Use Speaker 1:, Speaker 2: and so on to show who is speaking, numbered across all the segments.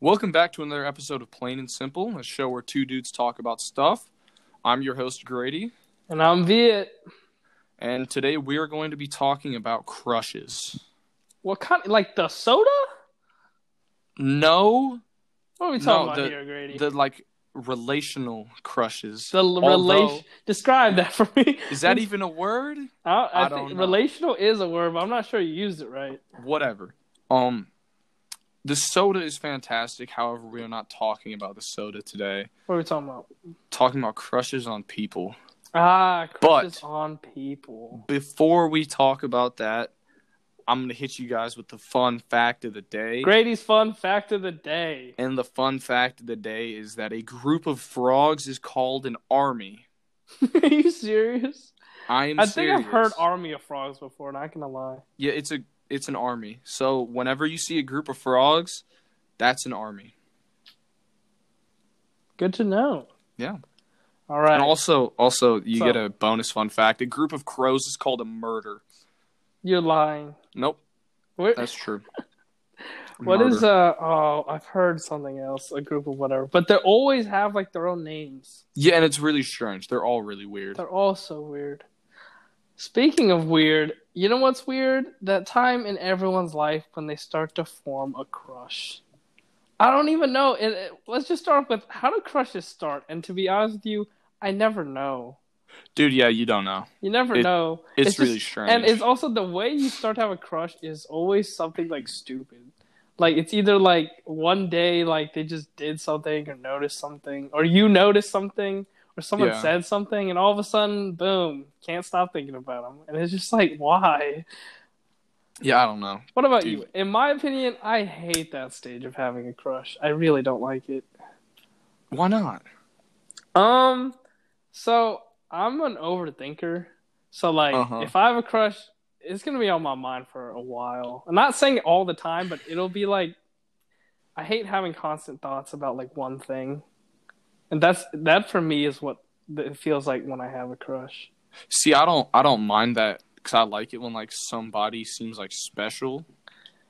Speaker 1: Welcome back to another episode of Plain and Simple, a show where two dudes talk about stuff. I'm your host, Grady,
Speaker 2: And I'm Viet.
Speaker 1: and today we are going to be talking about crushes.
Speaker 2: What kind of, like the soda?
Speaker 1: No,
Speaker 2: What are we
Speaker 1: No,
Speaker 2: talking about
Speaker 1: the-
Speaker 2: here, Grady? The,
Speaker 1: the like relational crushes. Although-
Speaker 2: relation. Describe that for me.
Speaker 1: Is that even a word?
Speaker 2: I, I,
Speaker 1: I
Speaker 2: think
Speaker 1: don't know.
Speaker 2: relational is a word, but I'm not sure you used it right.
Speaker 1: Whatever. Um, the soda is fantastic. However, we are not talking about the soda today.
Speaker 2: What are we talking about?
Speaker 1: Talking about crushes on people.
Speaker 2: Ah,
Speaker 1: But-
Speaker 2: crushes on people.
Speaker 1: Before we talk about that, I'm gonna hit you guys with the fun fact of the day.
Speaker 2: Grady's fun fact of the day.
Speaker 1: And the fun fact of the day is that a group of frogs is called an army.
Speaker 2: are you serious?
Speaker 1: I am
Speaker 2: I
Speaker 1: serious.
Speaker 2: think I've heard army of frogs before, not gonna lie.
Speaker 1: Yeah, it's a it's an army. So whenever you see a group of frogs, that's an army.
Speaker 2: Good to know.
Speaker 1: Yeah.
Speaker 2: All right.
Speaker 1: And also also you
Speaker 2: So-
Speaker 1: get a bonus fun fact. A group of crows is called a murder.
Speaker 2: You're lying.
Speaker 1: Nope,
Speaker 2: Where,
Speaker 1: that's true.
Speaker 2: What is uh oh I've heard something else, a group of whatever. But they always have like their own names.
Speaker 1: Yeah, and it's really strange. They're all really weird.
Speaker 2: They're all so weird. Speaking of weird, you know what's weird? That time in everyone's life when they start to form a crush. I don't even know. And uh, let's just start off with how do crushes start? And to be honest with you, I never know.
Speaker 1: Dude, yeah, you don't know.
Speaker 2: You never
Speaker 1: It-
Speaker 2: know.
Speaker 1: It's,
Speaker 2: just-
Speaker 1: really strange.
Speaker 2: And it's also the way you start to have a crush is always something like stupid. Like it's either like one day like they just did something or noticed something or you noticed something or someone
Speaker 1: Yeah.
Speaker 2: said something and all of a sudden boom can't stop thinking about them and it's just like why?
Speaker 1: yeah, I don't know.
Speaker 2: What about
Speaker 1: Dude.
Speaker 2: you? In my opinion, I hate that stage of having a crush. I really don't like it.
Speaker 1: Why not?
Speaker 2: Um, so I'm an overthinker. So like,
Speaker 1: Uh-huh.
Speaker 2: if I have a crush, it's gonna be on my mind for a while. I'm not saying all the time, but it'll be like, I hate having constant thoughts about like one thing, and that's that for me is what th- it feels like when I have a crush.
Speaker 1: See, I don't I don't mind that because I like it when like somebody seems like special,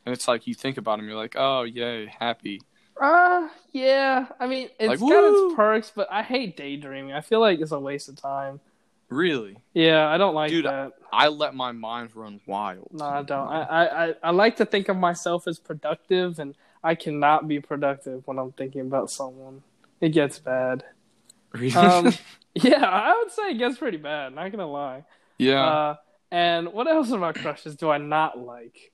Speaker 1: and it's like you think about them, you're like, oh yay, happy.
Speaker 2: Uh, yeah. I mean, it's
Speaker 1: Like,
Speaker 2: got
Speaker 1: woo!
Speaker 2: its perks, but I hate daydreaming. I feel like it's a waste of time.
Speaker 1: Really,
Speaker 2: Yeah, I don't like
Speaker 1: Dude,
Speaker 2: that.
Speaker 1: I let my mind run wild.
Speaker 2: No, I don't. I, I, I, I like to think of myself as productive, and I cannot be productive when I'm thinking about someone. It gets bad.
Speaker 1: Really?
Speaker 2: Um, yeah, I would say it gets pretty bad. Not gonna lie.
Speaker 1: yeah,
Speaker 2: Uh, and what else about crushes do I not like?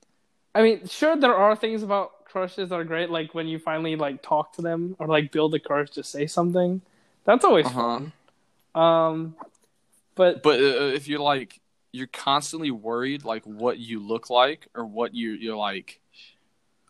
Speaker 2: I mean, sure, there are things about crushes that are great, like when you finally like talk to them or like build the courage to say something. That's always
Speaker 1: Uh-huh.
Speaker 2: fun. Um, but
Speaker 1: but uh, if you're like you're constantly worried like what you look like or what you you're like,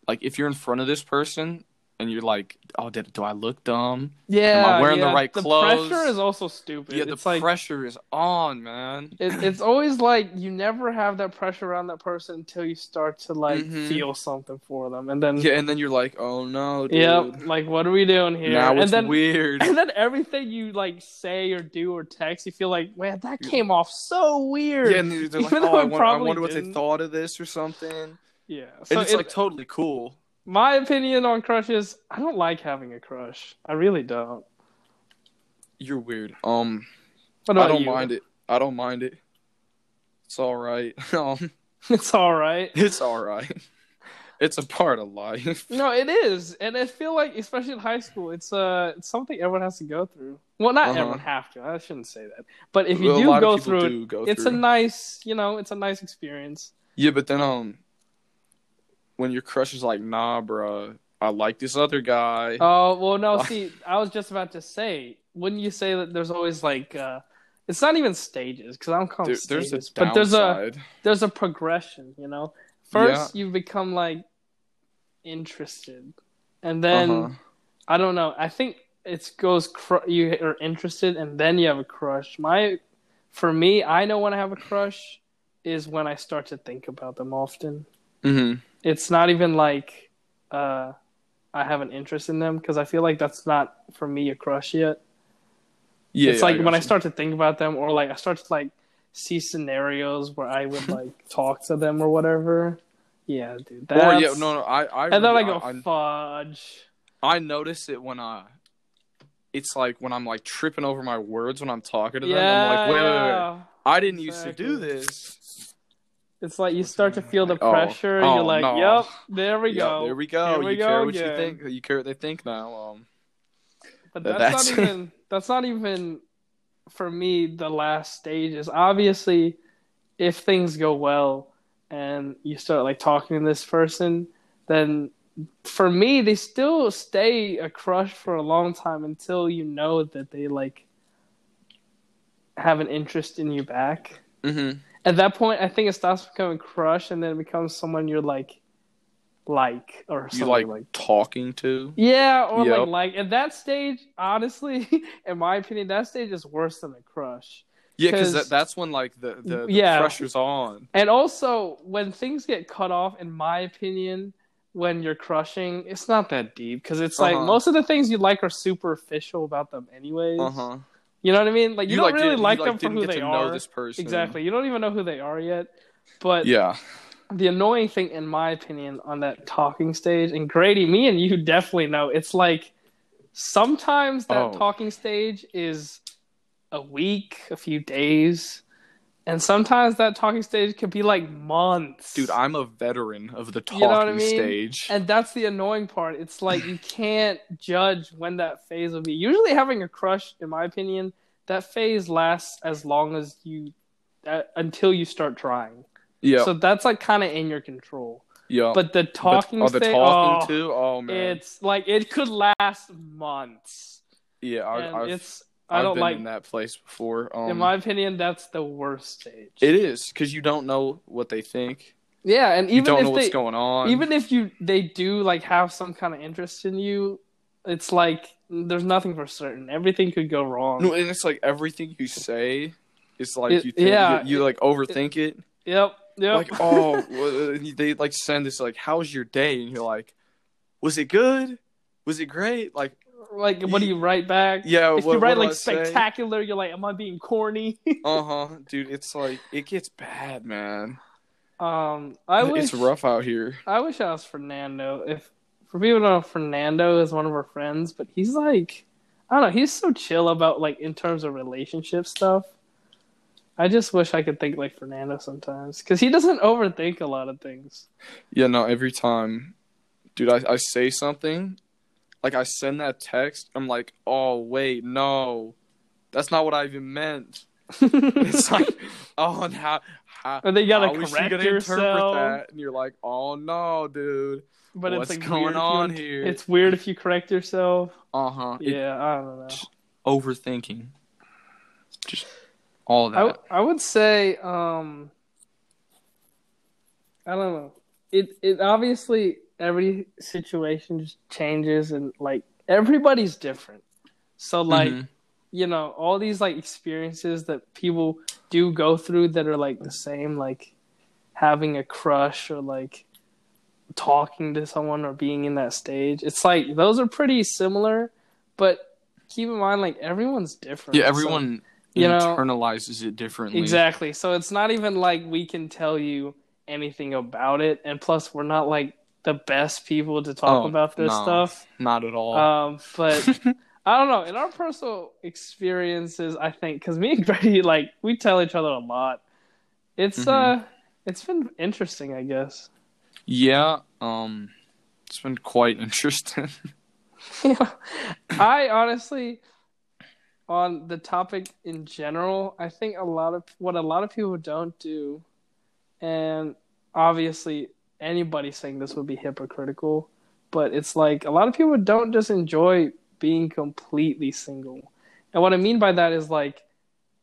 Speaker 1: like if you're in front of this person and you're like, oh, did, do I look dumb?
Speaker 2: yeah,
Speaker 1: wearing the
Speaker 2: yeah,
Speaker 1: right clothes?
Speaker 2: pressure is also stupid.
Speaker 1: yeah, the
Speaker 2: it's like,
Speaker 1: pressure is on, man.
Speaker 2: it, it's always like you never have that pressure around that person until you start to like
Speaker 1: Mhm.
Speaker 2: feel something for them, and then
Speaker 1: yeah, and then you're like, oh no, dude.
Speaker 2: yep, like what are we doing here?
Speaker 1: Now it's
Speaker 2: and then
Speaker 1: weird.
Speaker 2: and then everything you like say or do or text, you feel like man, that came off so weird.
Speaker 1: Yeah, and they're they're like,
Speaker 2: Even
Speaker 1: oh,
Speaker 2: though
Speaker 1: I,
Speaker 2: it
Speaker 1: wonder, I
Speaker 2: probably
Speaker 1: wonder what they
Speaker 2: didn't."
Speaker 1: thought of this or something.
Speaker 2: Yeah.
Speaker 1: And
Speaker 2: So
Speaker 1: it's
Speaker 2: it-
Speaker 1: like totally cool.
Speaker 2: my opinion on crushes, I don't like having a crush. I really don't.
Speaker 1: You're weird. Um,
Speaker 2: What
Speaker 1: I
Speaker 2: about
Speaker 1: don't
Speaker 2: you?
Speaker 1: mind it. I don't mind it. It's all right. Um,
Speaker 2: It's all right.
Speaker 1: it's all right. It's a part of life.
Speaker 2: No, it is, and I feel like, especially in high school, it's uh it's something everyone has to go through. Well, not
Speaker 1: Uh-huh.
Speaker 2: everyone have to. I shouldn't say that, but if you
Speaker 1: a
Speaker 2: do
Speaker 1: lot
Speaker 2: go
Speaker 1: of people
Speaker 2: through it,
Speaker 1: do go
Speaker 2: it's a
Speaker 1: through.
Speaker 2: nice, you know, it's a nice experience.
Speaker 1: yeah, but then um, when your crush is like, nah, bruh, I like this other guy.
Speaker 2: Oh well, no, see, I was just about to say, wouldn't you say that there's always like, uh it's not even stages because I don't call them
Speaker 1: There- there's a
Speaker 2: stages,
Speaker 1: downside. Uh-huh.
Speaker 2: but there's a there's a progression, you know. First, you become like interested, and then.
Speaker 1: Uh-huh.
Speaker 2: I don't know. I think it goes cr- you are interested and then you have a crush. My for me, I know when I have a crush is when I start to think about them often.
Speaker 1: hmm
Speaker 2: It's not even like uh I have an interest in them because I feel like that's not for me a crush yet.
Speaker 1: Yeah,
Speaker 2: it's
Speaker 1: yeah,
Speaker 2: like when I
Speaker 1: gotcha.
Speaker 2: start to think about them or like I start to like see scenarios where I would like talk to them or whatever. Yeah, dude. That's...
Speaker 1: Or yeah, no, no, I, I,
Speaker 2: And then I
Speaker 1: really-
Speaker 2: go
Speaker 1: I- I-
Speaker 2: fudge.
Speaker 1: I notice it when I. It's like when I'm like tripping over my words when I'm talking to them. I'm
Speaker 2: yeah,
Speaker 1: like, wait, wait, wait.
Speaker 2: yeah.
Speaker 1: I didn't used to do
Speaker 2: Exactly.
Speaker 1: this.
Speaker 2: It's like you start to feel the
Speaker 1: Oh,
Speaker 2: pressure. and
Speaker 1: oh,
Speaker 2: you're like,
Speaker 1: no.
Speaker 2: "Yep, there we
Speaker 1: Yup,
Speaker 2: go."
Speaker 1: there we go.
Speaker 2: Here we
Speaker 1: you
Speaker 2: go
Speaker 1: care what
Speaker 2: again.
Speaker 1: you think. You care what they think now. Um,
Speaker 2: But
Speaker 1: Th-
Speaker 2: that's, not
Speaker 1: that's-
Speaker 2: even that's not even for me the last stages. Obviously, if things go well and you start like talking to this person, then for me they still stay a crush for a long time until you know that they like have an interest in you back.
Speaker 1: mhm.
Speaker 2: At that point, I think it stops becoming crush and then it becomes someone you're like like or something
Speaker 1: You like,
Speaker 2: like
Speaker 1: talking to?
Speaker 2: yeah, or
Speaker 1: Yep.
Speaker 2: like like at that stage, honestly, in my opinion, that stage is worse than a crush.
Speaker 1: Yeah, because
Speaker 2: 'Cause-
Speaker 1: that, that's when like the the, the
Speaker 2: Yeah.
Speaker 1: pressure's on.
Speaker 2: And also, when things get cut off, in my opinion, when you're crushing, it's not that deep because it's like
Speaker 1: Uh-huh.
Speaker 2: most of the things you like are superficial about them, anyways.
Speaker 1: Uh huh.
Speaker 2: You know what I mean? Like you, don't really
Speaker 1: didn't-
Speaker 2: like
Speaker 1: you,
Speaker 2: them for
Speaker 1: didn't
Speaker 2: who
Speaker 1: get
Speaker 2: they
Speaker 1: to
Speaker 2: are.
Speaker 1: Know this person
Speaker 2: Exactly. You don't even know who they are yet. But
Speaker 1: Yeah.
Speaker 2: the annoying thing, in my opinion, on that talking stage, and Grady, me and you definitely know, it's like sometimes that
Speaker 1: Oh.
Speaker 2: talking stage is a week, a few days, and sometimes that talking stage could be like months.
Speaker 1: Dude, I'm a veteran of the
Speaker 2: You
Speaker 1: talking
Speaker 2: know what I mean?
Speaker 1: stage.
Speaker 2: And that's the annoying part. It's like you can't judge when that phase will be. Usually, having a crush, in my opinion, that phase lasts as long as you, uh, until you start trying.
Speaker 1: yeah.
Speaker 2: So that's like kind of in your control.
Speaker 1: yeah.
Speaker 2: But the talking
Speaker 1: oh, the
Speaker 2: thing,
Speaker 1: talking
Speaker 2: oh,
Speaker 1: too? Oh man.
Speaker 2: it's like it could last months.
Speaker 1: yeah,
Speaker 2: and
Speaker 1: I, I've,
Speaker 2: it's I
Speaker 1: I've
Speaker 2: don't
Speaker 1: been
Speaker 2: like.
Speaker 1: in that place before. Um,
Speaker 2: in my opinion, that's the worst stage.
Speaker 1: It is because you don't know what they think.
Speaker 2: yeah, and
Speaker 1: you
Speaker 2: even
Speaker 1: don't know
Speaker 2: if
Speaker 1: what's
Speaker 2: they,
Speaker 1: going on.
Speaker 2: even if you they do like have some kind of interest in you, it's like there's nothing for certain. Everything could go wrong.
Speaker 1: no, and it's like everything you say is like
Speaker 2: It-
Speaker 1: you think,
Speaker 2: yeah,
Speaker 1: you, you, like overthink it.
Speaker 2: Yep. Yep.
Speaker 1: Like oh, well, uh, they like send this like, "How's your day?" And you're like, "Was it good? Was it great?" Like
Speaker 2: like what do you write back?
Speaker 1: yeah,
Speaker 2: If
Speaker 1: what,
Speaker 2: you write
Speaker 1: what do
Speaker 2: like
Speaker 1: I say?
Speaker 2: spectacular, you're like, am I being corny?
Speaker 1: Uh huh, dude. It's like it gets bad, man.
Speaker 2: um, I wish
Speaker 1: it's rough out here.
Speaker 2: I wish I was Fernando. If for people who don't know, Fernando is one of our friends, but he's like, I don't know, he's so chill about like in terms of relationship stuff. I just wish I could think like Fernando sometimes because he doesn't overthink a lot of things.
Speaker 1: Yeah, no. Every time, dude, I, I say something, like I send that text. I'm like, oh wait, no, that's not what I even meant. It's like, oh now, how,
Speaker 2: or they gotta
Speaker 1: how is she
Speaker 2: correct
Speaker 1: gonna interpret
Speaker 2: yourself.
Speaker 1: that? And you're like, oh no, dude.
Speaker 2: But
Speaker 1: What's
Speaker 2: it's like
Speaker 1: going
Speaker 2: weird if you-
Speaker 1: on here?
Speaker 2: It's weird if you correct yourself.
Speaker 1: Uh huh.
Speaker 2: yeah, I don't know.
Speaker 1: Overthinking. Just all
Speaker 2: I,
Speaker 1: that.
Speaker 2: w- I would say um I don't know. It it obviously every situation just changes and like everybody's different. So like
Speaker 1: Mhm.
Speaker 2: you know all these like experiences that people do go through that are like the same like having a crush or like talking to someone or being in that stage. It's like those are pretty similar, but keep in mind like everyone's different.
Speaker 1: yeah,
Speaker 2: So-
Speaker 1: everyone
Speaker 2: you know-
Speaker 1: internalizes it differently.
Speaker 2: Exactly. So it's not even like we can tell you anything about it, and plus we're not like the best people to talk
Speaker 1: Oh,
Speaker 2: about this
Speaker 1: no. Oh.
Speaker 2: stuff.
Speaker 1: Not at all.
Speaker 2: Um, but I don't know. In our personal experiences, I think because me and Brady like we tell each other a lot. It's
Speaker 1: Mhm.
Speaker 2: uh, it's been interesting, I guess.
Speaker 1: Yeah, um, it's been quite interesting.
Speaker 2: I honestly, on the topic in general, I think a lot of what a lot of people don't do, and obviously anybody saying this would be hypocritical, but it's like a lot of people don't just enjoy being completely single. And what I mean by that is like,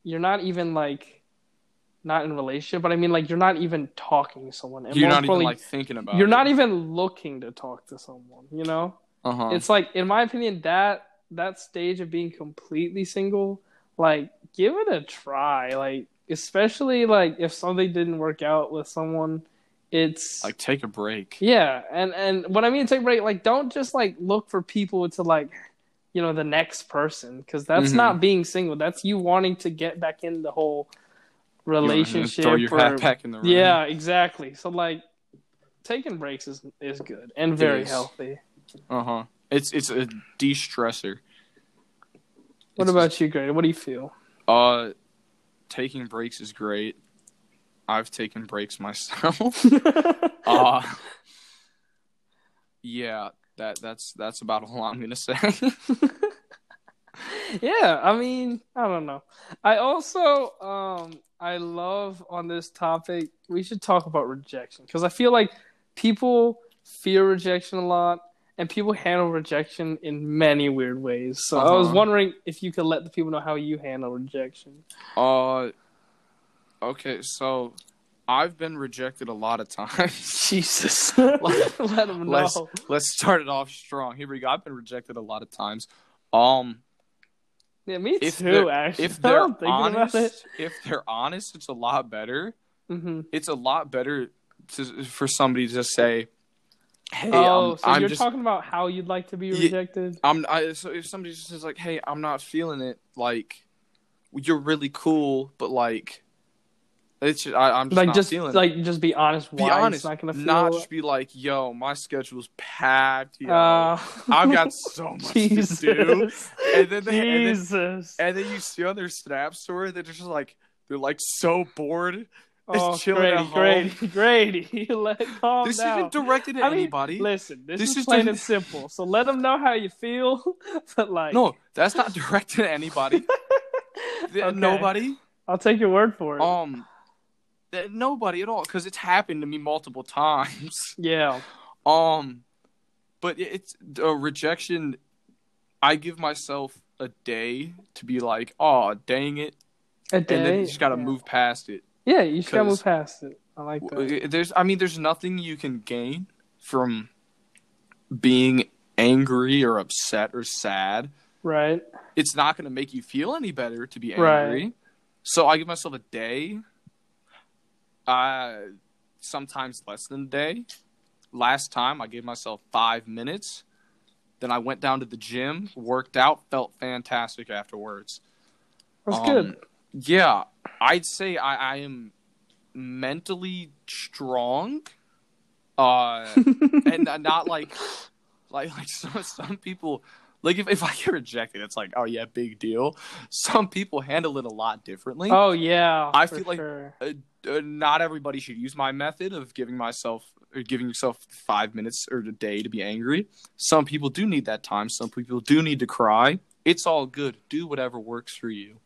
Speaker 2: you're not even like, not in a relationship, but I mean like you're not even talking to someone. And
Speaker 1: you're
Speaker 2: more
Speaker 1: not even
Speaker 2: importantly,
Speaker 1: like thinking about.
Speaker 2: you're
Speaker 1: it.
Speaker 2: not even looking to talk to someone. You know
Speaker 1: Uh-huh.
Speaker 2: it's like in my opinion that that stage of being completely single like give it a try like especially like if something didn't work out with someone it's
Speaker 1: like take a break.
Speaker 2: yeah and and what i mean take a break like don't just like look for people to like you know the next person because that's
Speaker 1: Mhm.
Speaker 2: not being single that's you wanting to get back in the whole
Speaker 1: You wanna
Speaker 2: relationship
Speaker 1: Throw your
Speaker 2: or-
Speaker 1: hat back in the room.
Speaker 2: yeah exactly so like taking breaks is is good and very
Speaker 1: is.
Speaker 2: healthy
Speaker 1: Uh huh. It's it's a de stressor.
Speaker 2: What about you, Gray? What do you feel?
Speaker 1: Uh, taking breaks is great. I've taken breaks myself. uh, yeah, that that's that's about all I'm gonna say.
Speaker 2: yeah, I mean, I don't know. I also um I love on this topic, we should talk about rejection because I feel like people fear rejection a lot and people handle rejection in many weird ways. So I was
Speaker 1: Uh-huh.
Speaker 2: wondering if you could let the people know how you handle rejection.
Speaker 1: uh, okay, so I've been rejected a lot of times.
Speaker 2: Jesus. let them know.
Speaker 1: let's let's start it off strong. Here we go. I've been rejected a lot of times. Um,
Speaker 2: yeah, me
Speaker 1: if
Speaker 2: too,
Speaker 1: they're-
Speaker 2: actually.
Speaker 1: if
Speaker 2: Now
Speaker 1: they're
Speaker 2: I'm thinking
Speaker 1: honest,
Speaker 2: about it.
Speaker 1: if they're honest, it's a lot better.
Speaker 2: hmm
Speaker 1: It's a lot better to, for somebody to say, "Hey,
Speaker 2: oh,
Speaker 1: I'm,
Speaker 2: so
Speaker 1: I'm
Speaker 2: you're
Speaker 1: just
Speaker 2: talking about how you'd like to be
Speaker 1: Ye-
Speaker 2: rejected?
Speaker 1: I'm I so if somebody just says like, "Hey, I'm not feeling it," like you're really cool, but like it's just, I, I'm just
Speaker 2: like
Speaker 1: not
Speaker 2: just
Speaker 1: feeling.
Speaker 2: like just be honest.
Speaker 1: it.
Speaker 2: Why
Speaker 1: be honest,
Speaker 2: it's not gonna feel?
Speaker 1: not just be like, "Yo, my schedule's packed. Yo,
Speaker 2: uh,
Speaker 1: I've got so much
Speaker 2: Jesus.
Speaker 1: to do." And then they- and then-
Speaker 2: Jesus.
Speaker 1: And then you see on their Snap story, they're just like they're like so bored.
Speaker 2: oh,
Speaker 1: chilling at home.
Speaker 2: Grady, Grady, Grady, let calm
Speaker 1: this
Speaker 2: down.
Speaker 1: isn't directed at
Speaker 2: Oh, I mean,
Speaker 1: anybody.
Speaker 2: Listen, this,
Speaker 1: This
Speaker 2: is
Speaker 1: is
Speaker 2: plain
Speaker 1: the-
Speaker 2: and simple. So let them know how you feel. but like,
Speaker 1: no, that's not directed at anybody. Th-
Speaker 2: Okay.
Speaker 1: Nobody.
Speaker 2: I'll take your word for it.
Speaker 1: Um, th- nobody at all, because it's happened to me multiple times.
Speaker 2: yeah,
Speaker 1: Um, but it- it's uh, rejection. I give myself a day to be like, oh, dang it,
Speaker 2: a day.
Speaker 1: and then you just gotta
Speaker 2: yeah.
Speaker 1: move past it.
Speaker 2: Yeah, you just gotta
Speaker 1: 'cause-
Speaker 2: move past it. I like that.
Speaker 1: W- There's, I mean, there's nothing you can gain from being angry or upset or sad.
Speaker 2: Right.
Speaker 1: It's not gonna make you feel any better to be
Speaker 2: Right.
Speaker 1: angry. So I give myself a day. Uh, sometimes less than a day. Last time I gave myself five minutes. Then I went down to the gym, worked out, felt fantastic afterwards.
Speaker 2: That's
Speaker 1: Um,
Speaker 2: good.
Speaker 1: Yeah, I'd say I, I am mentally strong. Uh, and n- not like, like, like some, some people, like if, if I get rejected, it's like, oh yeah, big deal. Some people handle it a lot differently.
Speaker 2: Oh yeah.
Speaker 1: I
Speaker 2: for
Speaker 1: feel like-
Speaker 2: sure.
Speaker 1: uh, uh, not everybody should use my method of giving myself or giving yourself five minutes or a day to be angry. Some people do need that time. Some people do need to cry. It's all good. Do whatever works for you.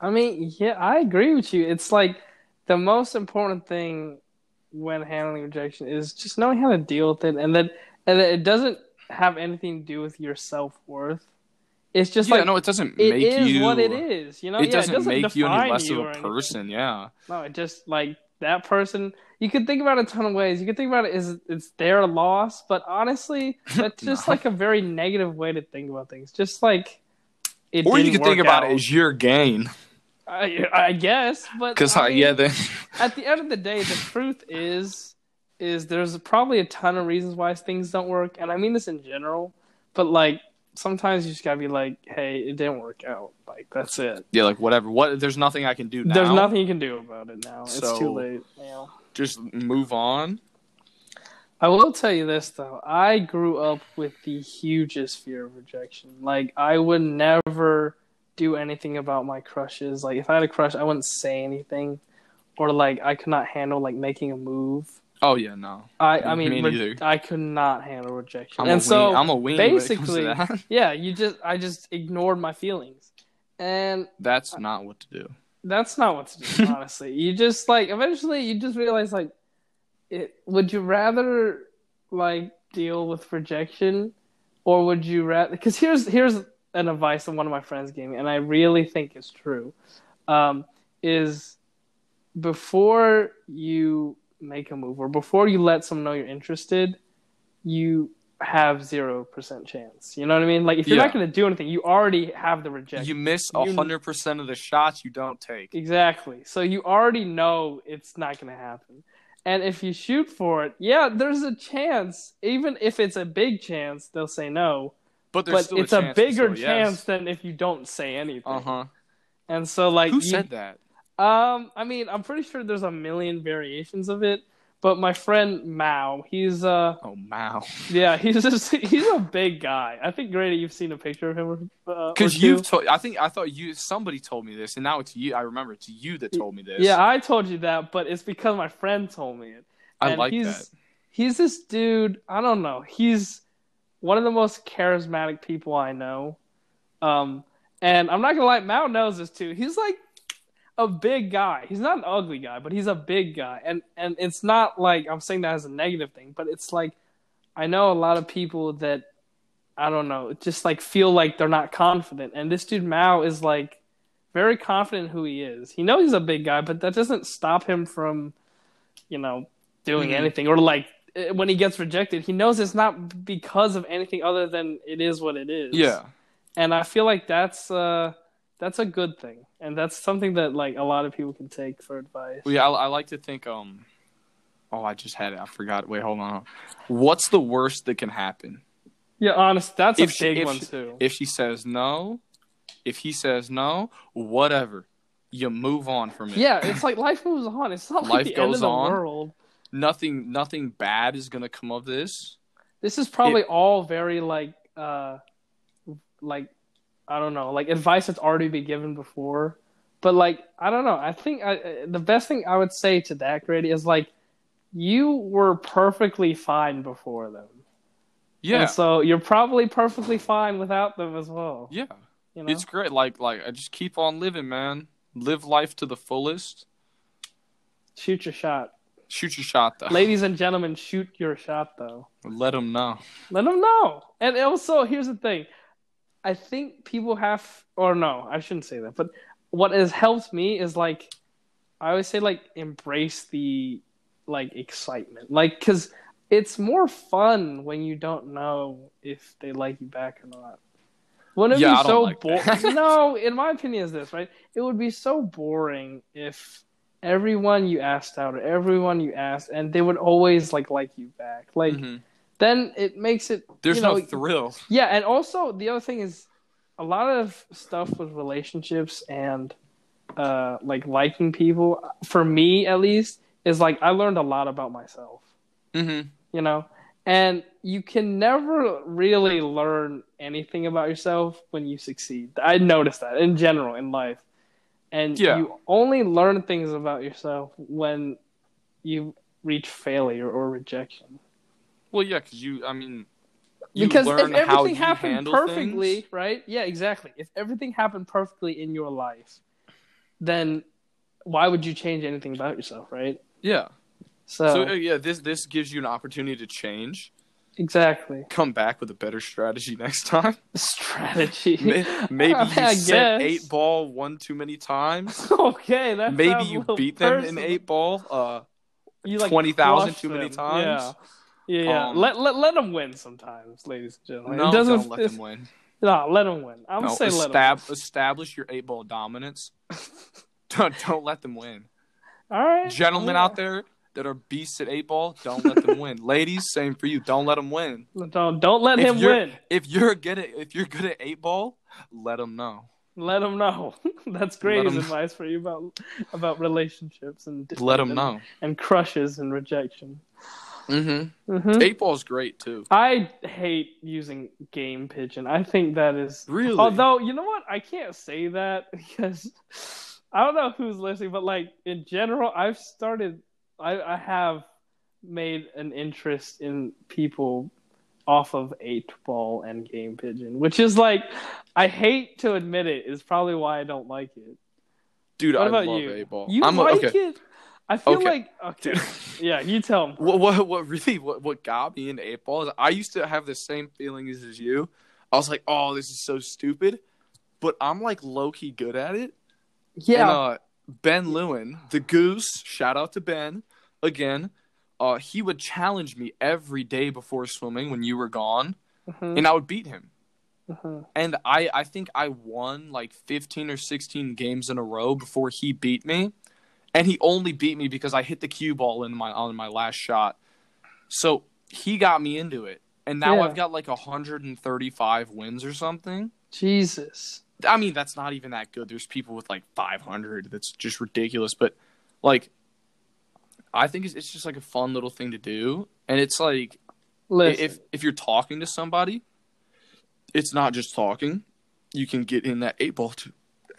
Speaker 2: I mean, yeah, I agree with you. It's like the most important thing when handling rejection is just knowing how to deal with it, and that and that it doesn't have anything to do with your self worth. It's just
Speaker 1: yeah,
Speaker 2: like
Speaker 1: no, it doesn't
Speaker 2: it
Speaker 1: make
Speaker 2: is
Speaker 1: you.
Speaker 2: what it is. You know,
Speaker 1: it
Speaker 2: Oh, yeah,
Speaker 1: doesn't
Speaker 2: it doesn't
Speaker 1: make you any
Speaker 2: define
Speaker 1: less
Speaker 2: you or
Speaker 1: of a
Speaker 2: anything.
Speaker 1: person. Yeah,
Speaker 2: No, it just like that person. You could think about it a ton of ways. You could think about it as it's their loss, but honestly, that's just
Speaker 1: No.
Speaker 2: like a very negative way to think about things. Just like it
Speaker 1: or you
Speaker 2: didn't
Speaker 1: could think
Speaker 2: work
Speaker 1: about
Speaker 2: out.
Speaker 1: it as your gain.
Speaker 2: I, I guess, but
Speaker 1: Because
Speaker 2: I mean,
Speaker 1: uh, yeah, then
Speaker 2: at the end of the day, the truth is, is there's probably a ton of reasons why things don't work, and I mean this in general. But like sometimes you just gotta be like, hey, it didn't work out. Like that's it.
Speaker 1: yeah, like whatever. What? There's nothing I can do now.
Speaker 2: There's nothing you can do about it now. it's
Speaker 1: So-
Speaker 2: too late. Now.
Speaker 1: Just move on.
Speaker 2: I will tell you this though. I grew up with the hugest fear of rejection. Like I would never do anything about my crushes. Like if I had a crush, I wouldn't say anything or like I could not handle like making a move.
Speaker 1: Oh yeah, no.
Speaker 2: I I mean
Speaker 1: Me
Speaker 2: re-
Speaker 1: neither.
Speaker 2: I could not handle rejection.
Speaker 1: I'm
Speaker 2: and
Speaker 1: a
Speaker 2: so
Speaker 1: weenie. I'm a weenie.
Speaker 2: basically-
Speaker 1: Basically,
Speaker 2: yeah, you just I just ignored my feelings. And
Speaker 1: that's not what to do.
Speaker 2: that's not what to do, honestly. You just like eventually you just realize like it would you rather like deal with rejection or would you rather cuz here's here's an advice that one of my friends gave me and I really think it's true. Um is before you make a move or before you let someone know you're interested, you have 0% chance. You know what I mean? Like if you're not
Speaker 1: Yeah.
Speaker 2: going to do anything, you already have the rejection.
Speaker 1: You miss
Speaker 2: You-
Speaker 1: hundred percent of the shots you don't take.
Speaker 2: Exactly. So you already know it's not going to happen. And if you shoot for it, yeah, there's a chance, even if it's a big chance, they'll say no.
Speaker 1: But there's
Speaker 2: but
Speaker 1: still
Speaker 2: it's
Speaker 1: a,
Speaker 2: a,
Speaker 1: chance
Speaker 2: bigger chance than if you don't say anything.
Speaker 1: Uh huh.
Speaker 2: And so, like,
Speaker 1: Who
Speaker 2: you-
Speaker 1: said that?
Speaker 2: um, I mean, I'm pretty sure there's a million variations of it, But my friend Mao, he's uh
Speaker 1: Oh, wow.
Speaker 2: yeah, he's just, he's a big guy. I think Grady, you've seen a picture of him. uh, Because
Speaker 1: Because you told, I think I thought you somebody told me this, and now it's you. I remember it's you that told me this.
Speaker 2: yeah, I told you that, but it's because my friend told me it.
Speaker 1: I,
Speaker 2: And
Speaker 1: like
Speaker 2: he's,
Speaker 1: that.
Speaker 2: He's this dude. I don't know. He's one of the most charismatic people I know. Um, and I'm not gonna lie, Mao knows this too. He's like a big guy. He's not an ugly guy, but he's a big guy. And and it's not like I'm saying that as a negative thing, but it's like I know a lot of people that I don't know, just like feel like they're not confident. And this dude Mao is like very confident in who he is. He knows he's a big guy, but that doesn't stop him from, you know, doing
Speaker 1: Mhm.
Speaker 2: anything or like eh, when he gets rejected, he knows it's not because of anything other than it is what it is
Speaker 1: Yeah.
Speaker 2: and I feel like that's uh that's a good thing, and that's something that like a lot of people can take for advice.
Speaker 1: Well, yeah, I, I like to think. Um, oh, I just had it. I forgot. Wait, hold on. What's the worst that can happen?
Speaker 2: Yeah, honest, that's a
Speaker 1: If she-
Speaker 2: big
Speaker 1: if
Speaker 2: one
Speaker 1: she-
Speaker 2: too.
Speaker 1: If she says no, if he says no, whatever. You move on from it.
Speaker 2: yeah, it's like life moves on. It's not like
Speaker 1: Life
Speaker 2: the end of
Speaker 1: goes
Speaker 2: the
Speaker 1: on.
Speaker 2: world.
Speaker 1: Nothing. Nothing bad is gonna come of this.
Speaker 2: This is probably all very like uh like I don't know, like advice that's already been given before. But like I don't know. I think I, I- the best thing I would say to that Grady is like you were perfectly fine before them.
Speaker 1: Yeah.
Speaker 2: And so you're probably perfectly fine without them as well.
Speaker 1: yeah.
Speaker 2: You know?
Speaker 1: It's great. Like, like I just keep on living, man. Live life to the fullest.
Speaker 2: Shoot your shot.
Speaker 1: Shoot your shot, though.
Speaker 2: Ladies and gentlemen, shoot your shot though.
Speaker 1: Let them know.
Speaker 2: Let them know. And also, here's the thing. I think people have or no, I shouldn't say that. But what has helped me is like I always say like embrace the like excitement. Like cuz it's more fun when you don't know if they like you back or not. Wouldn't it
Speaker 1: Yeah,
Speaker 2: be
Speaker 1: I don't
Speaker 2: so
Speaker 1: like that.
Speaker 2: boring? no, in my opinion, is this right? It would be so boring if everyone you asked out or everyone you asked, and they would always like like you back. Like
Speaker 1: Mhm.
Speaker 2: then it makes it
Speaker 1: There's
Speaker 2: you know,
Speaker 1: no thrill.
Speaker 2: yeah and also the other thing is a lot of stuff with relationships and uh like liking people for me at least is like i learned a lot about myself
Speaker 1: Mm-hmm.
Speaker 2: you know and you can never really learn anything about yourself when you succeed i noticed that in general in life and
Speaker 1: Yeah.
Speaker 2: you only learn things about yourself when you reach failure or rejection
Speaker 1: Well, yeah, because you. I mean, you
Speaker 2: because if
Speaker 1: learn
Speaker 2: everything
Speaker 1: how you
Speaker 2: happened
Speaker 1: handle
Speaker 2: perfectly,
Speaker 1: things.
Speaker 2: right? Yeah, exactly. If everything happened perfectly in your life, then why would you change anything about yourself, right?
Speaker 1: Yeah.
Speaker 2: So,
Speaker 1: So uh, yeah, this this gives you an opportunity to change.
Speaker 2: exactly,
Speaker 1: Come back with a better strategy next time.
Speaker 2: strategy.
Speaker 1: May- Maybe
Speaker 2: I mean, I
Speaker 1: you sent
Speaker 2: guess.
Speaker 1: eight ball one too many times.
Speaker 2: okay, that
Speaker 1: Maybe
Speaker 2: sounds a
Speaker 1: you
Speaker 2: little
Speaker 1: beat them in
Speaker 2: personal.
Speaker 1: eight ball. Uh,
Speaker 2: You,
Speaker 1: 20,000
Speaker 2: crushed
Speaker 1: too many
Speaker 2: them.
Speaker 1: times.
Speaker 2: Yeah, yeah. yeah.
Speaker 1: Um,
Speaker 2: let let let them win sometimes, ladies and gentlemen.
Speaker 1: no,
Speaker 2: it doesn't.
Speaker 1: don't let them win.
Speaker 2: Nah, let them win. I'm
Speaker 1: No,
Speaker 2: gonna say let them.
Speaker 1: estab- establish your eight ball dominance. don't don't let them win.
Speaker 2: All right,
Speaker 1: Gentlemen out there that are beasts at eight ball, don't let them win. Ladies, same for you. Don't let them win.
Speaker 2: there, don't don't let
Speaker 1: If
Speaker 2: him
Speaker 1: you're-
Speaker 2: win.
Speaker 1: If you're good at if you're good at eight ball, let them know.
Speaker 2: Let them know. That's great
Speaker 1: 'em-
Speaker 2: advice for you about about relationships and
Speaker 1: Let them
Speaker 2: and-
Speaker 1: know.
Speaker 2: and crushes and rejection.
Speaker 1: Mm-hmm.
Speaker 2: Mhm.
Speaker 1: Eight ball's great too.
Speaker 2: I hate using game pigeon. I think that is
Speaker 1: Really?
Speaker 2: Although you know what, I can't say that because I don't know who's listening, but like in general, I've started. I, I have made an interest in people off of eight ball and game pigeon, which is like I hate to admit it is probably why I don't like it.
Speaker 1: Dude,
Speaker 2: What
Speaker 1: I
Speaker 2: about
Speaker 1: love
Speaker 2: you?
Speaker 1: eight ball.
Speaker 2: You
Speaker 1: I'm a-
Speaker 2: like
Speaker 1: okay.
Speaker 2: it? I feel
Speaker 1: Okay.
Speaker 2: like okay.
Speaker 1: Dude.
Speaker 2: Yeah, you tell him.
Speaker 1: What, what what really what, what got me into eight ball is I used to have the same feelings as you. I was like, oh, this is so stupid, but I'm like low key good at it. And,
Speaker 2: Yeah,
Speaker 1: uh, ben Lewin, the goose, shout out to Ben again. Uh, he would challenge me every day before swimming when you were gone,
Speaker 2: Mhm,
Speaker 1: and uh, I would beat him.
Speaker 2: mhm.
Speaker 1: And I, I think I won like 15 or 16 games in a row before he beat me. And he only beat me because I hit the cue ball in my on my last shot. So he got me into it. And now
Speaker 2: Yeah.
Speaker 1: I've got like 135 wins or something.
Speaker 2: Jesus.
Speaker 1: I mean, that's not even that good. There's people with like 500. That's just ridiculous. But like, I think it's, it's just like a fun little thing to do, and it's like i-
Speaker 2: Listen,
Speaker 1: if if you're talking to somebody, it's not just talking. You can get in that eight ball too.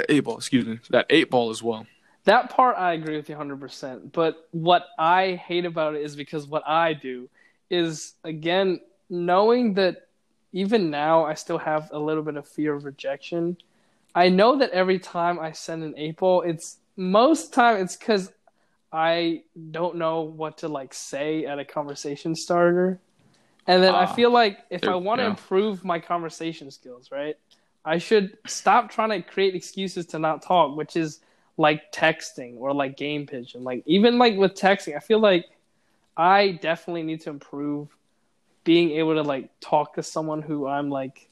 Speaker 1: Eight ball, excuse me, that eight ball as well.
Speaker 2: that part I agree with you 100%. But what I hate about it is because what I do is, again, knowing that even now I still have a little bit of fear of rejection. I know that every time I send an eight ball, it's most time it's because I don't know what to like say at a conversation starter. And then I
Speaker 1: Ah,
Speaker 2: feel like if
Speaker 1: there-
Speaker 2: I want to
Speaker 1: yeah.
Speaker 2: improve my conversation skills, right? I should stop trying to create excuses to not talk, which is like texting or like game pigeon. Like even like with texting, I feel like I definitely need to improve being able to like talk to someone who I'm like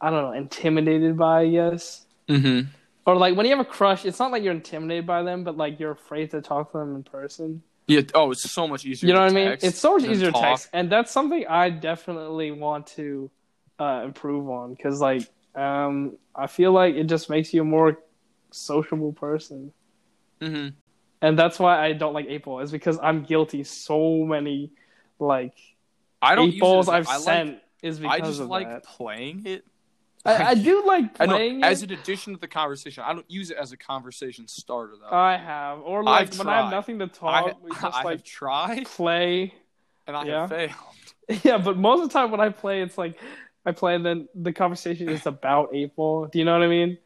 Speaker 2: I don't know, intimidated by, I guess
Speaker 1: Mm-hmm.
Speaker 2: or like when you have a crush, it's not like you're intimidated by them, but like you're afraid to talk to them in person.
Speaker 1: Yeah. Oh, it's so much easier.
Speaker 2: You know
Speaker 1: to
Speaker 2: what I mean?
Speaker 1: text
Speaker 2: It's so much
Speaker 1: than
Speaker 2: easier to
Speaker 1: talk.
Speaker 2: text, and that's something I definitely want to uh, improve on because like um, I feel like it just makes you a more sociable person,
Speaker 1: Mm-hmm.
Speaker 2: and that's why I don't like eight ball is because I'm guilty so many like
Speaker 1: I don't
Speaker 2: eight balls
Speaker 1: use it as-
Speaker 2: I've
Speaker 1: I like-
Speaker 2: sent is because
Speaker 1: I just
Speaker 2: of
Speaker 1: like
Speaker 2: that.
Speaker 1: playing it.
Speaker 2: I, I do like
Speaker 1: I know,
Speaker 2: playing it.
Speaker 1: as an addition to the conversation, I don't use it as a conversation starter though.
Speaker 2: I have, or like
Speaker 1: I've
Speaker 2: when I have
Speaker 1: tried.
Speaker 2: nothing to talk,
Speaker 1: I,
Speaker 2: we Uh, just
Speaker 1: I
Speaker 2: like
Speaker 1: have tried
Speaker 2: play.
Speaker 1: and I
Speaker 2: Yeah.
Speaker 1: have failed.
Speaker 2: Yeah, but most of the time when I play, it's like I play and then the conversation is about April. Do you know what I mean?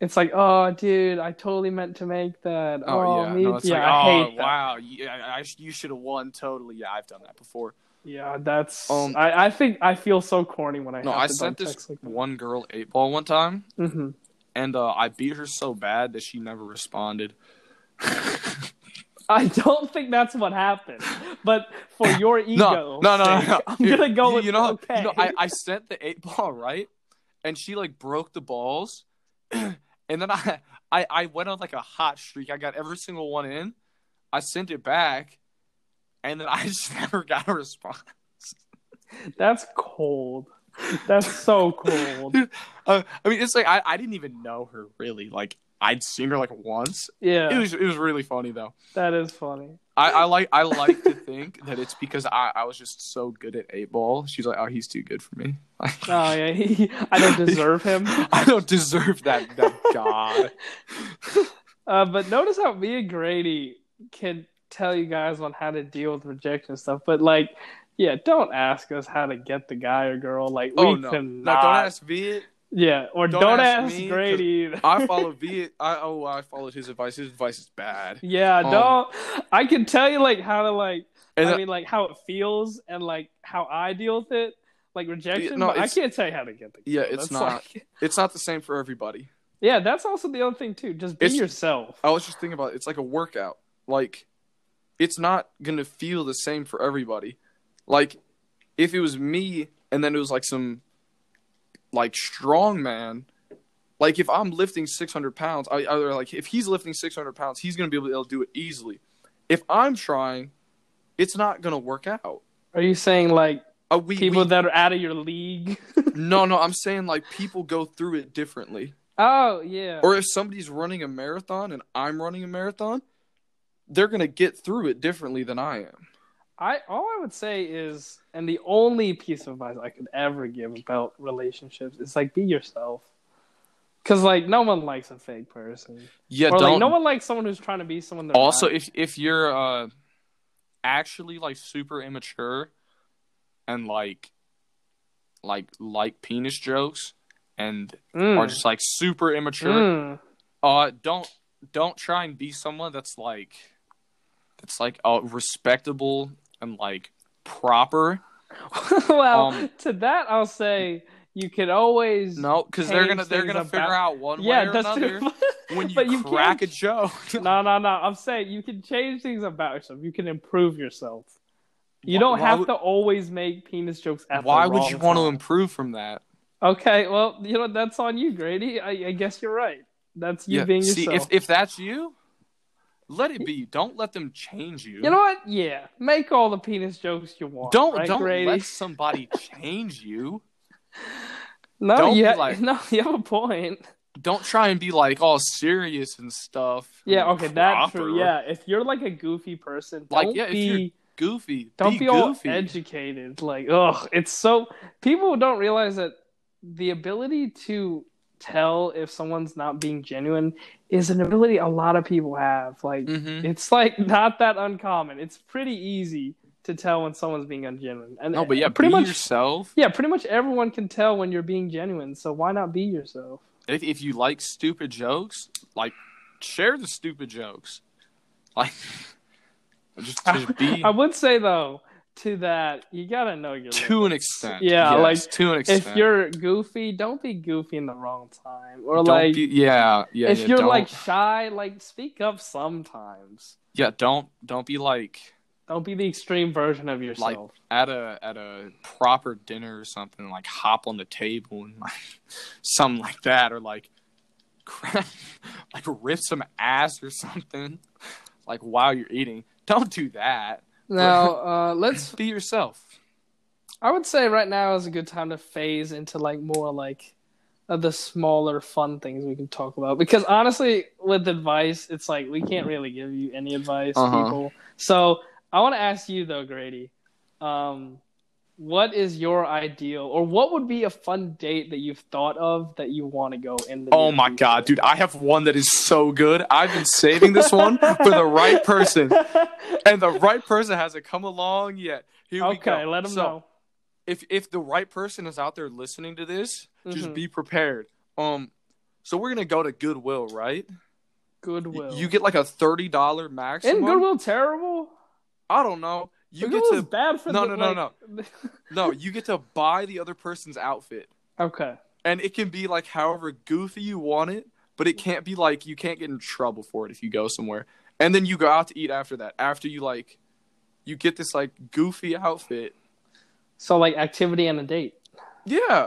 Speaker 2: It's like, oh, dude, I totally meant to make that. Oh,
Speaker 1: yeah,
Speaker 2: me-
Speaker 1: no, it's
Speaker 2: yeah,
Speaker 1: like,
Speaker 2: I
Speaker 1: oh
Speaker 2: hate that.
Speaker 1: wow, yeah, I, I, you should have won totally. Yeah, I've done that before.
Speaker 2: Yeah, that's.
Speaker 1: Um,
Speaker 2: I, I think I feel so corny when I
Speaker 1: No,
Speaker 2: have
Speaker 1: I
Speaker 2: to
Speaker 1: sent
Speaker 2: sent
Speaker 1: this
Speaker 2: text like that.
Speaker 1: one girl eight ball one time,
Speaker 2: Mhm.
Speaker 1: and uh, I beat her so bad that she never responded.
Speaker 2: I don't think that's what happened, but for your ego,
Speaker 1: no, no, no,
Speaker 2: sake,
Speaker 1: no.
Speaker 2: I'm
Speaker 1: You-
Speaker 2: gonna go
Speaker 1: you,
Speaker 2: with
Speaker 1: you know.
Speaker 2: okay.
Speaker 1: You know, I, I sent the eight ball right, and she like broke the balls, and then I, I I went on like a hot streak. I got every single one in. I sent it back, and then I just never got a response.
Speaker 2: That's cold. That's so cold.
Speaker 1: Uh, I mean, it's like I, I didn't even know her really. Like I'd seen her like once. It
Speaker 2: Yeah,
Speaker 1: was it was really funny though.
Speaker 2: that is funny.
Speaker 1: I, I like I like to think that it's because I, I was just so good at eight ball. She's like, oh, he's too good for me. Like,
Speaker 2: Oh yeah, I don't deserve him.
Speaker 1: I don't deserve that. That god.
Speaker 2: Uh, but notice how me and Grady can tell you guys on how to deal with rejection and stuff. But like, yeah, don't ask us how to get the guy or girl. Like,
Speaker 1: Oh
Speaker 2: we
Speaker 1: no.
Speaker 2: cannot.
Speaker 1: No, don't ask Viet.
Speaker 2: Yeah, or don't,
Speaker 1: don't ask
Speaker 2: ask,
Speaker 1: me, 'cause
Speaker 2: Grady. either.
Speaker 1: I follow Viet. I oh I followed his advice. His advice is bad.
Speaker 2: yeah,
Speaker 1: um,
Speaker 2: don't. I can tell you like how to like.
Speaker 1: And
Speaker 2: I mean, like how it feels and like how I deal with it, like rejection.
Speaker 1: no,
Speaker 2: but I
Speaker 1: it's-
Speaker 2: can't tell you how to get the.
Speaker 1: Yeah,
Speaker 2: girl.
Speaker 1: it's
Speaker 2: That's,
Speaker 1: not.
Speaker 2: like-
Speaker 1: it's not the same for everybody.
Speaker 2: yeah, that's also the other thing too. Just be
Speaker 1: It's- Oh.
Speaker 2: yourself.
Speaker 1: I was just thinking about it. it's like a workout. Like it's not gonna feel the same for everybody. Like if it was me and then it was like some like strong man, like if I'm lifting six hundred pounds, I either like if he's lifting six hundred pounds, he's gonna be able to do it easily. If I'm trying, it's not gonna work out.
Speaker 2: Are you saying like
Speaker 1: Uh, we,
Speaker 2: people
Speaker 1: we-
Speaker 2: that are out of your league?
Speaker 1: no, no, I'm saying like people go through it differently.
Speaker 2: oh yeah.
Speaker 1: Or if somebody's running a marathon and I'm running a marathon, they're gonna get through it differently than I am.
Speaker 2: I all I would say is, and the only piece of advice I could ever give about relationships is like be yourself, because like no one likes a fake person,
Speaker 1: Yeah,
Speaker 2: or
Speaker 1: don't.
Speaker 2: like no one likes someone who's trying to be someone. They're
Speaker 1: also,
Speaker 2: not.
Speaker 1: if if you're uh, actually like super immature, and like, like like penis jokes, and
Speaker 2: Mm,
Speaker 1: are just like super immature,
Speaker 2: mm.
Speaker 1: uh, don't don't try and be someone that's like, that's like uh, respectable and like proper.
Speaker 2: well,
Speaker 1: Um,
Speaker 2: to that I'll say you can always
Speaker 1: No, because they're
Speaker 2: Change
Speaker 1: gonna they're
Speaker 2: things
Speaker 1: gonna figure
Speaker 2: about-
Speaker 1: out one
Speaker 2: yeah
Speaker 1: way or
Speaker 2: that's
Speaker 1: another when you,
Speaker 2: but you
Speaker 1: crack
Speaker 2: can't-
Speaker 1: a joke.
Speaker 2: no no no I'm saying you can change things about yourself. You can improve yourself. You don't
Speaker 1: Why- why
Speaker 2: have
Speaker 1: would-
Speaker 2: to always make penis jokes. At the
Speaker 1: Why would
Speaker 2: wrong
Speaker 1: you want to
Speaker 2: time.
Speaker 1: improve from that?
Speaker 2: Okay, well, you know that's on you, Grady. I, I guess you're right. That's you being
Speaker 1: See,
Speaker 2: yourself.
Speaker 1: if if that's you, let it be. Don't let them change you.
Speaker 2: you know what? Yeah, make all the penis jokes you want.
Speaker 1: don't
Speaker 2: right,
Speaker 1: don't
Speaker 2: Grady?
Speaker 1: let somebody change you.
Speaker 2: no,
Speaker 1: don't
Speaker 2: you
Speaker 1: be
Speaker 2: ha-
Speaker 1: like-
Speaker 2: no, you have a point.
Speaker 1: don't try and be like all serious and stuff.
Speaker 2: Yeah,
Speaker 1: and
Speaker 2: okay, that's true.
Speaker 1: proper.
Speaker 2: Yeah, if you're like a goofy person,
Speaker 1: Like,
Speaker 2: don't
Speaker 1: yeah, if you're
Speaker 2: be
Speaker 1: goofy.
Speaker 2: don't be,
Speaker 1: be,
Speaker 2: all
Speaker 1: goofy.
Speaker 2: educated. Like, ugh, it's so people don't realize that the ability to tell if someone's not being genuine is an ability a lot of people have. Like,
Speaker 1: Mhm.
Speaker 2: it's like not that uncommon. It's pretty easy to tell when someone's being ungenuine. And
Speaker 1: No, but yeah,
Speaker 2: pretty
Speaker 1: be
Speaker 2: much
Speaker 1: yourself.
Speaker 2: yeah, pretty much everyone can tell when you're being genuine. So why not be yourself?
Speaker 1: If if you like stupid jokes, like share the stupid jokes. Like just, just be
Speaker 2: I would say though to that you gotta know your limits.
Speaker 1: to an extent.
Speaker 2: Yeah,
Speaker 1: yes,
Speaker 2: like,
Speaker 1: to an extent.
Speaker 2: if you're goofy, don't be goofy in the wrong time. Or
Speaker 1: Don't
Speaker 2: like
Speaker 1: be- yeah, yeah.
Speaker 2: if
Speaker 1: yeah,
Speaker 2: you're
Speaker 1: don't-
Speaker 2: like shy, like speak up sometimes.
Speaker 1: yeah, don't don't be like
Speaker 2: Don't be the extreme version of yourself.
Speaker 1: at a at a proper dinner or something, like hop on the table and like something like that, or like crack, like rip some ass or something, like while you're eating. Don't do that.
Speaker 2: now, uh, let's.
Speaker 1: Be yourself.
Speaker 2: I would say right now is a good time to phase into like more like of the smaller fun things we can talk about because honestly with advice it's like we can't really give you any advice
Speaker 1: Uh-huh.
Speaker 2: people so i want to ask you though grady um, what is your ideal or what would be a fun date that you've thought of that you want to go in the
Speaker 1: Oh
Speaker 2: near
Speaker 1: my
Speaker 2: future?
Speaker 1: god, dude! I have one that is so good. I've been saving this one for the right person, and the right person hasn't come along yet. Here we go.
Speaker 2: okay let them
Speaker 1: So,
Speaker 2: know
Speaker 1: if if the right person is out there listening to this,
Speaker 2: Mhm.
Speaker 1: just be prepared. Um, so we're gonna go to Goodwill, right? Y-
Speaker 2: goodwill
Speaker 1: You get like a thirty dollar maximum.
Speaker 2: and goodwill terrible
Speaker 1: I don't know. You get
Speaker 2: Goodwill's
Speaker 1: to
Speaker 2: bad for
Speaker 1: No,
Speaker 2: the,
Speaker 1: no, no,
Speaker 2: no
Speaker 1: no, you get to buy the other person's outfit,
Speaker 2: okay
Speaker 1: and it can be like however goofy you want it, but it can't be like you can't get in trouble for it if you go somewhere. And then you go out to eat after that. After you like, you get this like goofy outfit.
Speaker 2: so like activity and a date
Speaker 1: Yeah,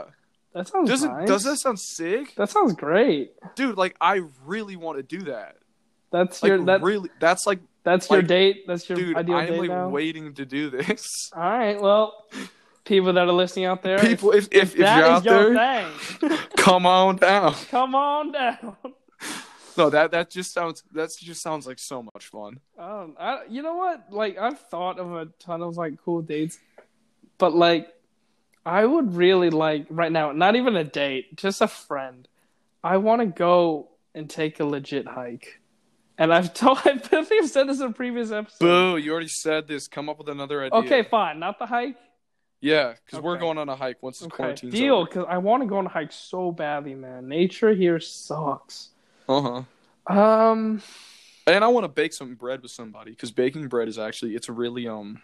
Speaker 2: That sounds
Speaker 1: doesn't
Speaker 2: nice.
Speaker 1: does that sound sick,
Speaker 2: That sounds great.
Speaker 1: dude? Like I really want to do that.
Speaker 2: That's
Speaker 1: Like
Speaker 2: your that,
Speaker 1: really, that's like
Speaker 2: that's your
Speaker 1: like,
Speaker 2: date. That's your
Speaker 1: dude,
Speaker 2: ideal
Speaker 1: I'm
Speaker 2: date
Speaker 1: like
Speaker 2: now.
Speaker 1: waiting to do this.
Speaker 2: All right, well, people that are listening out there,
Speaker 1: People, if if, if,
Speaker 2: if,
Speaker 1: you're
Speaker 2: that
Speaker 1: out
Speaker 2: is your
Speaker 1: there,
Speaker 2: thing,
Speaker 1: come on down.
Speaker 2: come on down.
Speaker 1: No, that that just sounds that just sounds like so much fun.
Speaker 2: Um, I, you know what? Like I've thought of a ton of like cool dates, but like I would really like right now, not even a date, just a friend. I want to go and take a legit hike, and I've told I think I've said this in a previous episode.
Speaker 1: Boo! You already said this. Come up with another idea.
Speaker 2: Okay, fine, not the hike.
Speaker 1: Yeah, because we're
Speaker 2: Okay.
Speaker 1: going on a hike once this
Speaker 2: Okay,
Speaker 1: quarantine's
Speaker 2: deal. Because I want to go on a hike so badly, man. Nature here sucks.
Speaker 1: Uh huh.
Speaker 2: Um,
Speaker 1: And I want to bake some bread with somebody because baking bread is actually it's really um,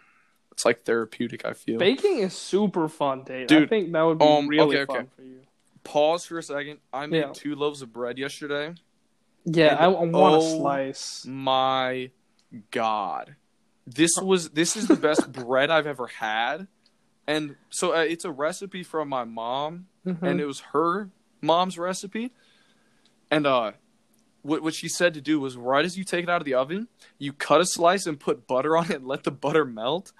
Speaker 1: it's like therapeutic. I feel.
Speaker 2: baking is super fun, Dave. I
Speaker 1: Dude,
Speaker 2: think that would be
Speaker 1: um,
Speaker 2: really
Speaker 1: okay, okay.
Speaker 2: fun for you.
Speaker 1: Pause for a second. I made
Speaker 2: Yeah.
Speaker 1: two loaves of bread yesterday.
Speaker 2: Yeah,
Speaker 1: And-
Speaker 2: I, I want a
Speaker 1: oh.
Speaker 2: slice.
Speaker 1: My God, this was this is the best bread I've ever had, and so uh, it's a recipe from my mom, and
Speaker 2: Mhm.
Speaker 1: it was her mom's recipe, and uh, what what she said to do was right as you take it out of the oven, you cut a slice and put butter on it, and let the butter melt,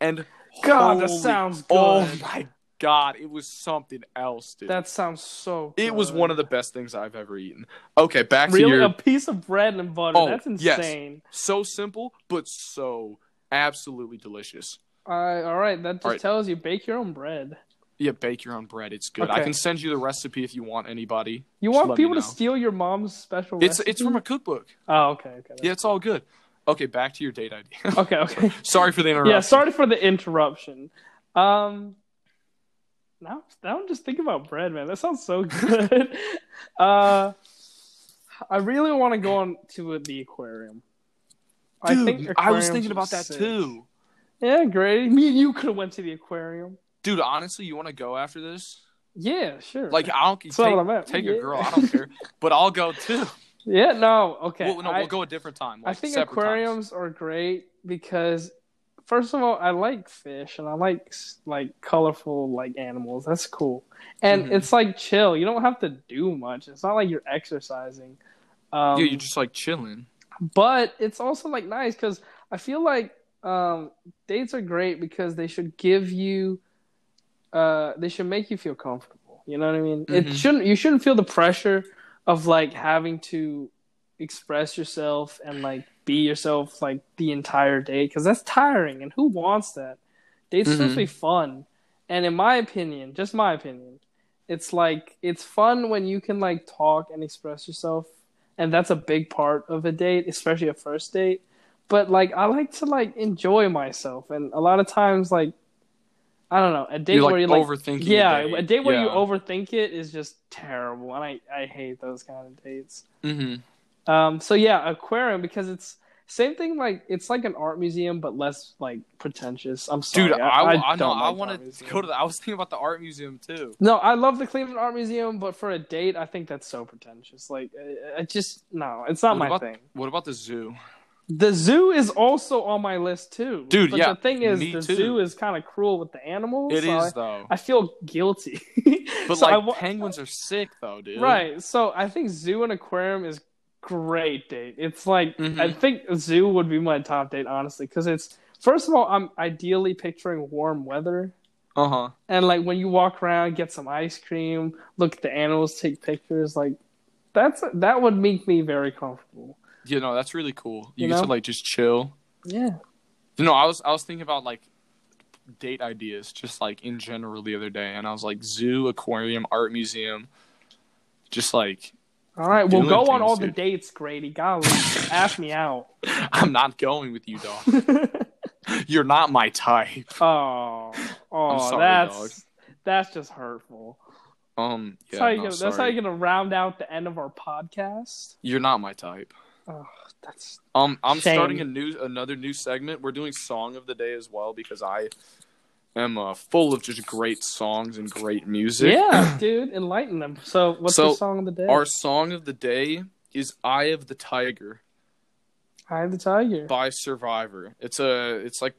Speaker 1: and
Speaker 2: God, that
Speaker 1: holy-
Speaker 2: sounds good.
Speaker 1: Oh my God, it was something else, dude.
Speaker 2: that sounds so. Good.
Speaker 1: it was one of the best things I've ever eaten. Okay, back to
Speaker 2: really
Speaker 1: your
Speaker 2: a piece of bread and butter.
Speaker 1: Oh,
Speaker 2: That's
Speaker 1: yes.
Speaker 2: insane.
Speaker 1: so simple but so absolutely delicious
Speaker 2: Uh, all right, that just
Speaker 1: All right.
Speaker 2: tells you bake your own bread.
Speaker 1: yeah bake your own bread it's good
Speaker 2: Okay.
Speaker 1: i can send you the recipe if you want anybody
Speaker 2: You
Speaker 1: Just
Speaker 2: want
Speaker 1: let me
Speaker 2: people to
Speaker 1: know.
Speaker 2: steal your mom's special?
Speaker 1: it's
Speaker 2: recipe?
Speaker 1: it's from a cookbook
Speaker 2: Oh, okay, okay,
Speaker 1: yeah it's all good okay back to your date idea
Speaker 2: okay, okay.
Speaker 1: sorry for the interruption
Speaker 2: Yeah, sorry for the interruption. Um, now, now I'm just thinking about bread, man. That sounds so good. uh, I really want to go on to the aquarium.
Speaker 1: dude i, was
Speaker 2: aquariums
Speaker 1: thinking
Speaker 2: are
Speaker 1: about that
Speaker 2: sick.
Speaker 1: too
Speaker 2: Yeah, great. Me and you could have went to the aquarium.
Speaker 1: dude honestly you want to go after this
Speaker 2: Yeah, sure.
Speaker 1: like i'll take,
Speaker 2: That's not what I meant.
Speaker 1: take
Speaker 2: Yeah.
Speaker 1: a girl i don't care but i'll go too
Speaker 2: yeah, no, okay.
Speaker 1: we'll, no,
Speaker 2: I-
Speaker 1: we'll go a different time
Speaker 2: I
Speaker 1: like,
Speaker 2: think
Speaker 1: separate times.
Speaker 2: aquariums are great because, first of all, I like fish and I like s- like colorful like animals. That's cool, and
Speaker 1: Mhm.
Speaker 2: it's like chill. You don't have to do much. It's not like you're exercising. Um,
Speaker 1: yeah you're just like chilling
Speaker 2: But it's also like nice because I feel like um, dates are great because they should give you, uh, they should make you feel comfortable. You know what I mean? It
Speaker 1: Mhm.
Speaker 2: shouldn't. You shouldn't feel the pressure of like having to express yourself and like be yourself like the entire day because that's tiring and who wants that dates are supposed to be fun and in my opinion just my opinion it's like it's fun when you can like talk and express yourself and that's a big part of a date especially a first date but like i like to like enjoy myself and a lot of times like i don't know a date
Speaker 1: You're like
Speaker 2: where you like
Speaker 1: overthinking. the
Speaker 2: yeah, a date where you
Speaker 1: Yeah.
Speaker 2: overthink it is just terrible, and I, I hate those kind of dates.
Speaker 1: Mhm.
Speaker 2: Um, so yeah, aquarium because it's same thing. Like it's like an art museum, but less like pretentious. I'm sorry,
Speaker 1: Dude, I, I, know.
Speaker 2: don't
Speaker 1: I
Speaker 2: like art
Speaker 1: want to
Speaker 2: museum.
Speaker 1: go to the. I was thinking about the art museum too.
Speaker 2: No, I love the Cleveland Art Museum, but for a date, I think that's so pretentious. Like, I, I just no, it's not
Speaker 1: What
Speaker 2: my
Speaker 1: about-
Speaker 2: thing.
Speaker 1: What about the zoo?
Speaker 2: The zoo is also on my list too,
Speaker 1: Dude,
Speaker 2: But
Speaker 1: yeah,
Speaker 2: the thing is,
Speaker 1: me
Speaker 2: the
Speaker 1: too.
Speaker 2: zoo is kind of cruel with the animals.
Speaker 1: It is
Speaker 2: so I-
Speaker 1: though.
Speaker 2: I feel guilty.
Speaker 1: but
Speaker 2: So I
Speaker 1: like
Speaker 2: wa-
Speaker 1: penguins are sick though, dude.
Speaker 2: Right. So I think zoo and aquarium is great date. It's like
Speaker 1: Mhm.
Speaker 2: I think zoo would be my top date honestly cuz it's first of all I'm ideally picturing warm weather
Speaker 1: Uh huh.
Speaker 2: and like when you walk around get some ice cream, look at the animals, take pictures like that's that would make me very comfortable.
Speaker 1: You know that's really cool. You,
Speaker 2: You
Speaker 1: get
Speaker 2: know?
Speaker 1: to like just chill.
Speaker 2: Yeah.
Speaker 1: You know, I was I was thinking about like date ideas just like in general the other day, and I was like zoo, aquarium, art museum, just like
Speaker 2: All right, we'll
Speaker 1: Doing
Speaker 2: go on
Speaker 1: things,
Speaker 2: all the
Speaker 1: dude.
Speaker 2: dates, Grady. Golly, ask me out.
Speaker 1: I'm not going with you, dog. You're not my type.
Speaker 2: oh, oh,
Speaker 1: sorry,
Speaker 2: that's that's just hurtful.
Speaker 1: Um, yeah,
Speaker 2: that's, how you
Speaker 1: no,
Speaker 2: gonna, that's how
Speaker 1: sorry.
Speaker 2: you're gonna round out the end of our podcast.
Speaker 1: You're not my type.
Speaker 2: Oh, that's
Speaker 1: Um, I'm
Speaker 2: Shame.
Speaker 1: starting a new another new segment. We're doing song of the day as well because I am uh, full of just great songs and great music.
Speaker 2: yeah, dude. Enlighten them. So, what's
Speaker 1: So,
Speaker 2: the song of the day?
Speaker 1: Our song of the day is "Eye of the Tiger"
Speaker 2: Eye of the Tiger.
Speaker 1: by Survivor. It's a it's like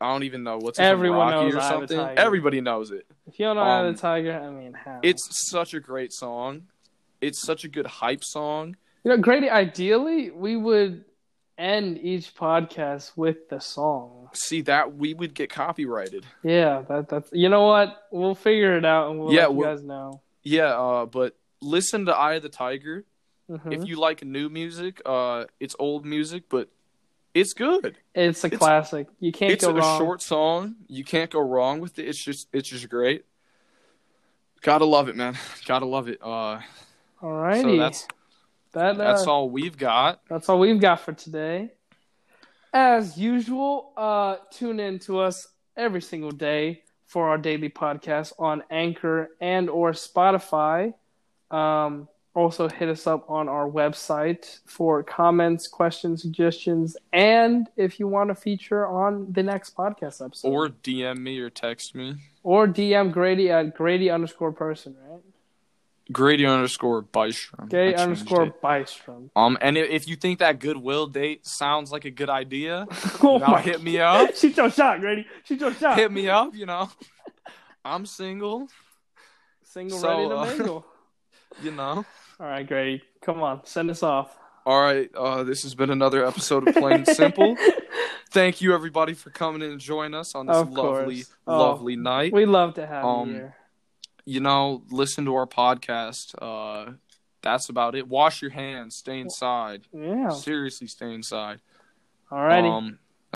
Speaker 1: I don't even know what's
Speaker 2: Everyone
Speaker 1: Rocky
Speaker 2: knows
Speaker 1: or
Speaker 2: Eye of the
Speaker 1: something.
Speaker 2: Tiger.
Speaker 1: Everybody knows it.
Speaker 2: if you don't know Eye
Speaker 1: um,
Speaker 2: of the Tiger, I mean, how?
Speaker 1: It's such a great song. It's such a good hype song.
Speaker 2: you know, Grady. Ideally, we would end each podcast with the song.
Speaker 1: See that we would get copyrighted.
Speaker 2: Yeah, that that's. You know what? We'll figure it out, and we'll
Speaker 1: Yeah,
Speaker 2: let you
Speaker 1: we'll-
Speaker 2: guys know.
Speaker 1: Yeah, uh, but listen to "Eye of the Tiger."
Speaker 2: Mhm.
Speaker 1: If you like new music, uh, it's old music, but it's good.
Speaker 2: it's a
Speaker 1: it's-
Speaker 2: classic. You can't
Speaker 1: it's
Speaker 2: go
Speaker 1: a
Speaker 2: wrong.
Speaker 1: short song. You can't go wrong with it. It's just it's just great. Gotta love it, man. Gotta love it. Uh,
Speaker 2: Alrighty.
Speaker 1: so that's
Speaker 2: that, uh,
Speaker 1: that's all we've got.
Speaker 2: That's all we've got for today. As usual, uh, tune in to us every single day for our daily podcast on Anchor and or Spotify. Um, also, hit us up on our website for comments, questions, suggestions, and if you want to feature on the next podcast episode,
Speaker 1: Or DM me or text me.
Speaker 2: or DM Grady at Grady underscore person, right?
Speaker 1: Grady underscore Bystrom. I
Speaker 2: Grady
Speaker 1: changed
Speaker 2: underscore
Speaker 1: it.
Speaker 2: Bystrom.
Speaker 1: Um, and i- if you think that goodwill date sounds like a good idea,
Speaker 2: Oh
Speaker 1: now
Speaker 2: my-
Speaker 1: hit me up.
Speaker 2: Shoot your shot, Grady. Shoot your shot.
Speaker 1: Hit me up. You know, I'm single.
Speaker 2: Single
Speaker 1: So,
Speaker 2: ready to
Speaker 1: uh,
Speaker 2: mingle.
Speaker 1: You know.
Speaker 2: All right, Grady, come on, send us off.
Speaker 1: All right, uh, this has been another episode of Plain and Simple. Thank you, everybody, for coming and joining us on this
Speaker 2: Of course.
Speaker 1: lovely,
Speaker 2: Oh.
Speaker 1: lovely night.
Speaker 2: we love to have
Speaker 1: Um,
Speaker 2: you here.
Speaker 1: You know, listen to our podcast. Uh, that's about it. Wash your hands. Stay inside.
Speaker 2: Yeah.
Speaker 1: Seriously, stay inside.
Speaker 2: Oh. Alrighty.
Speaker 1: Um,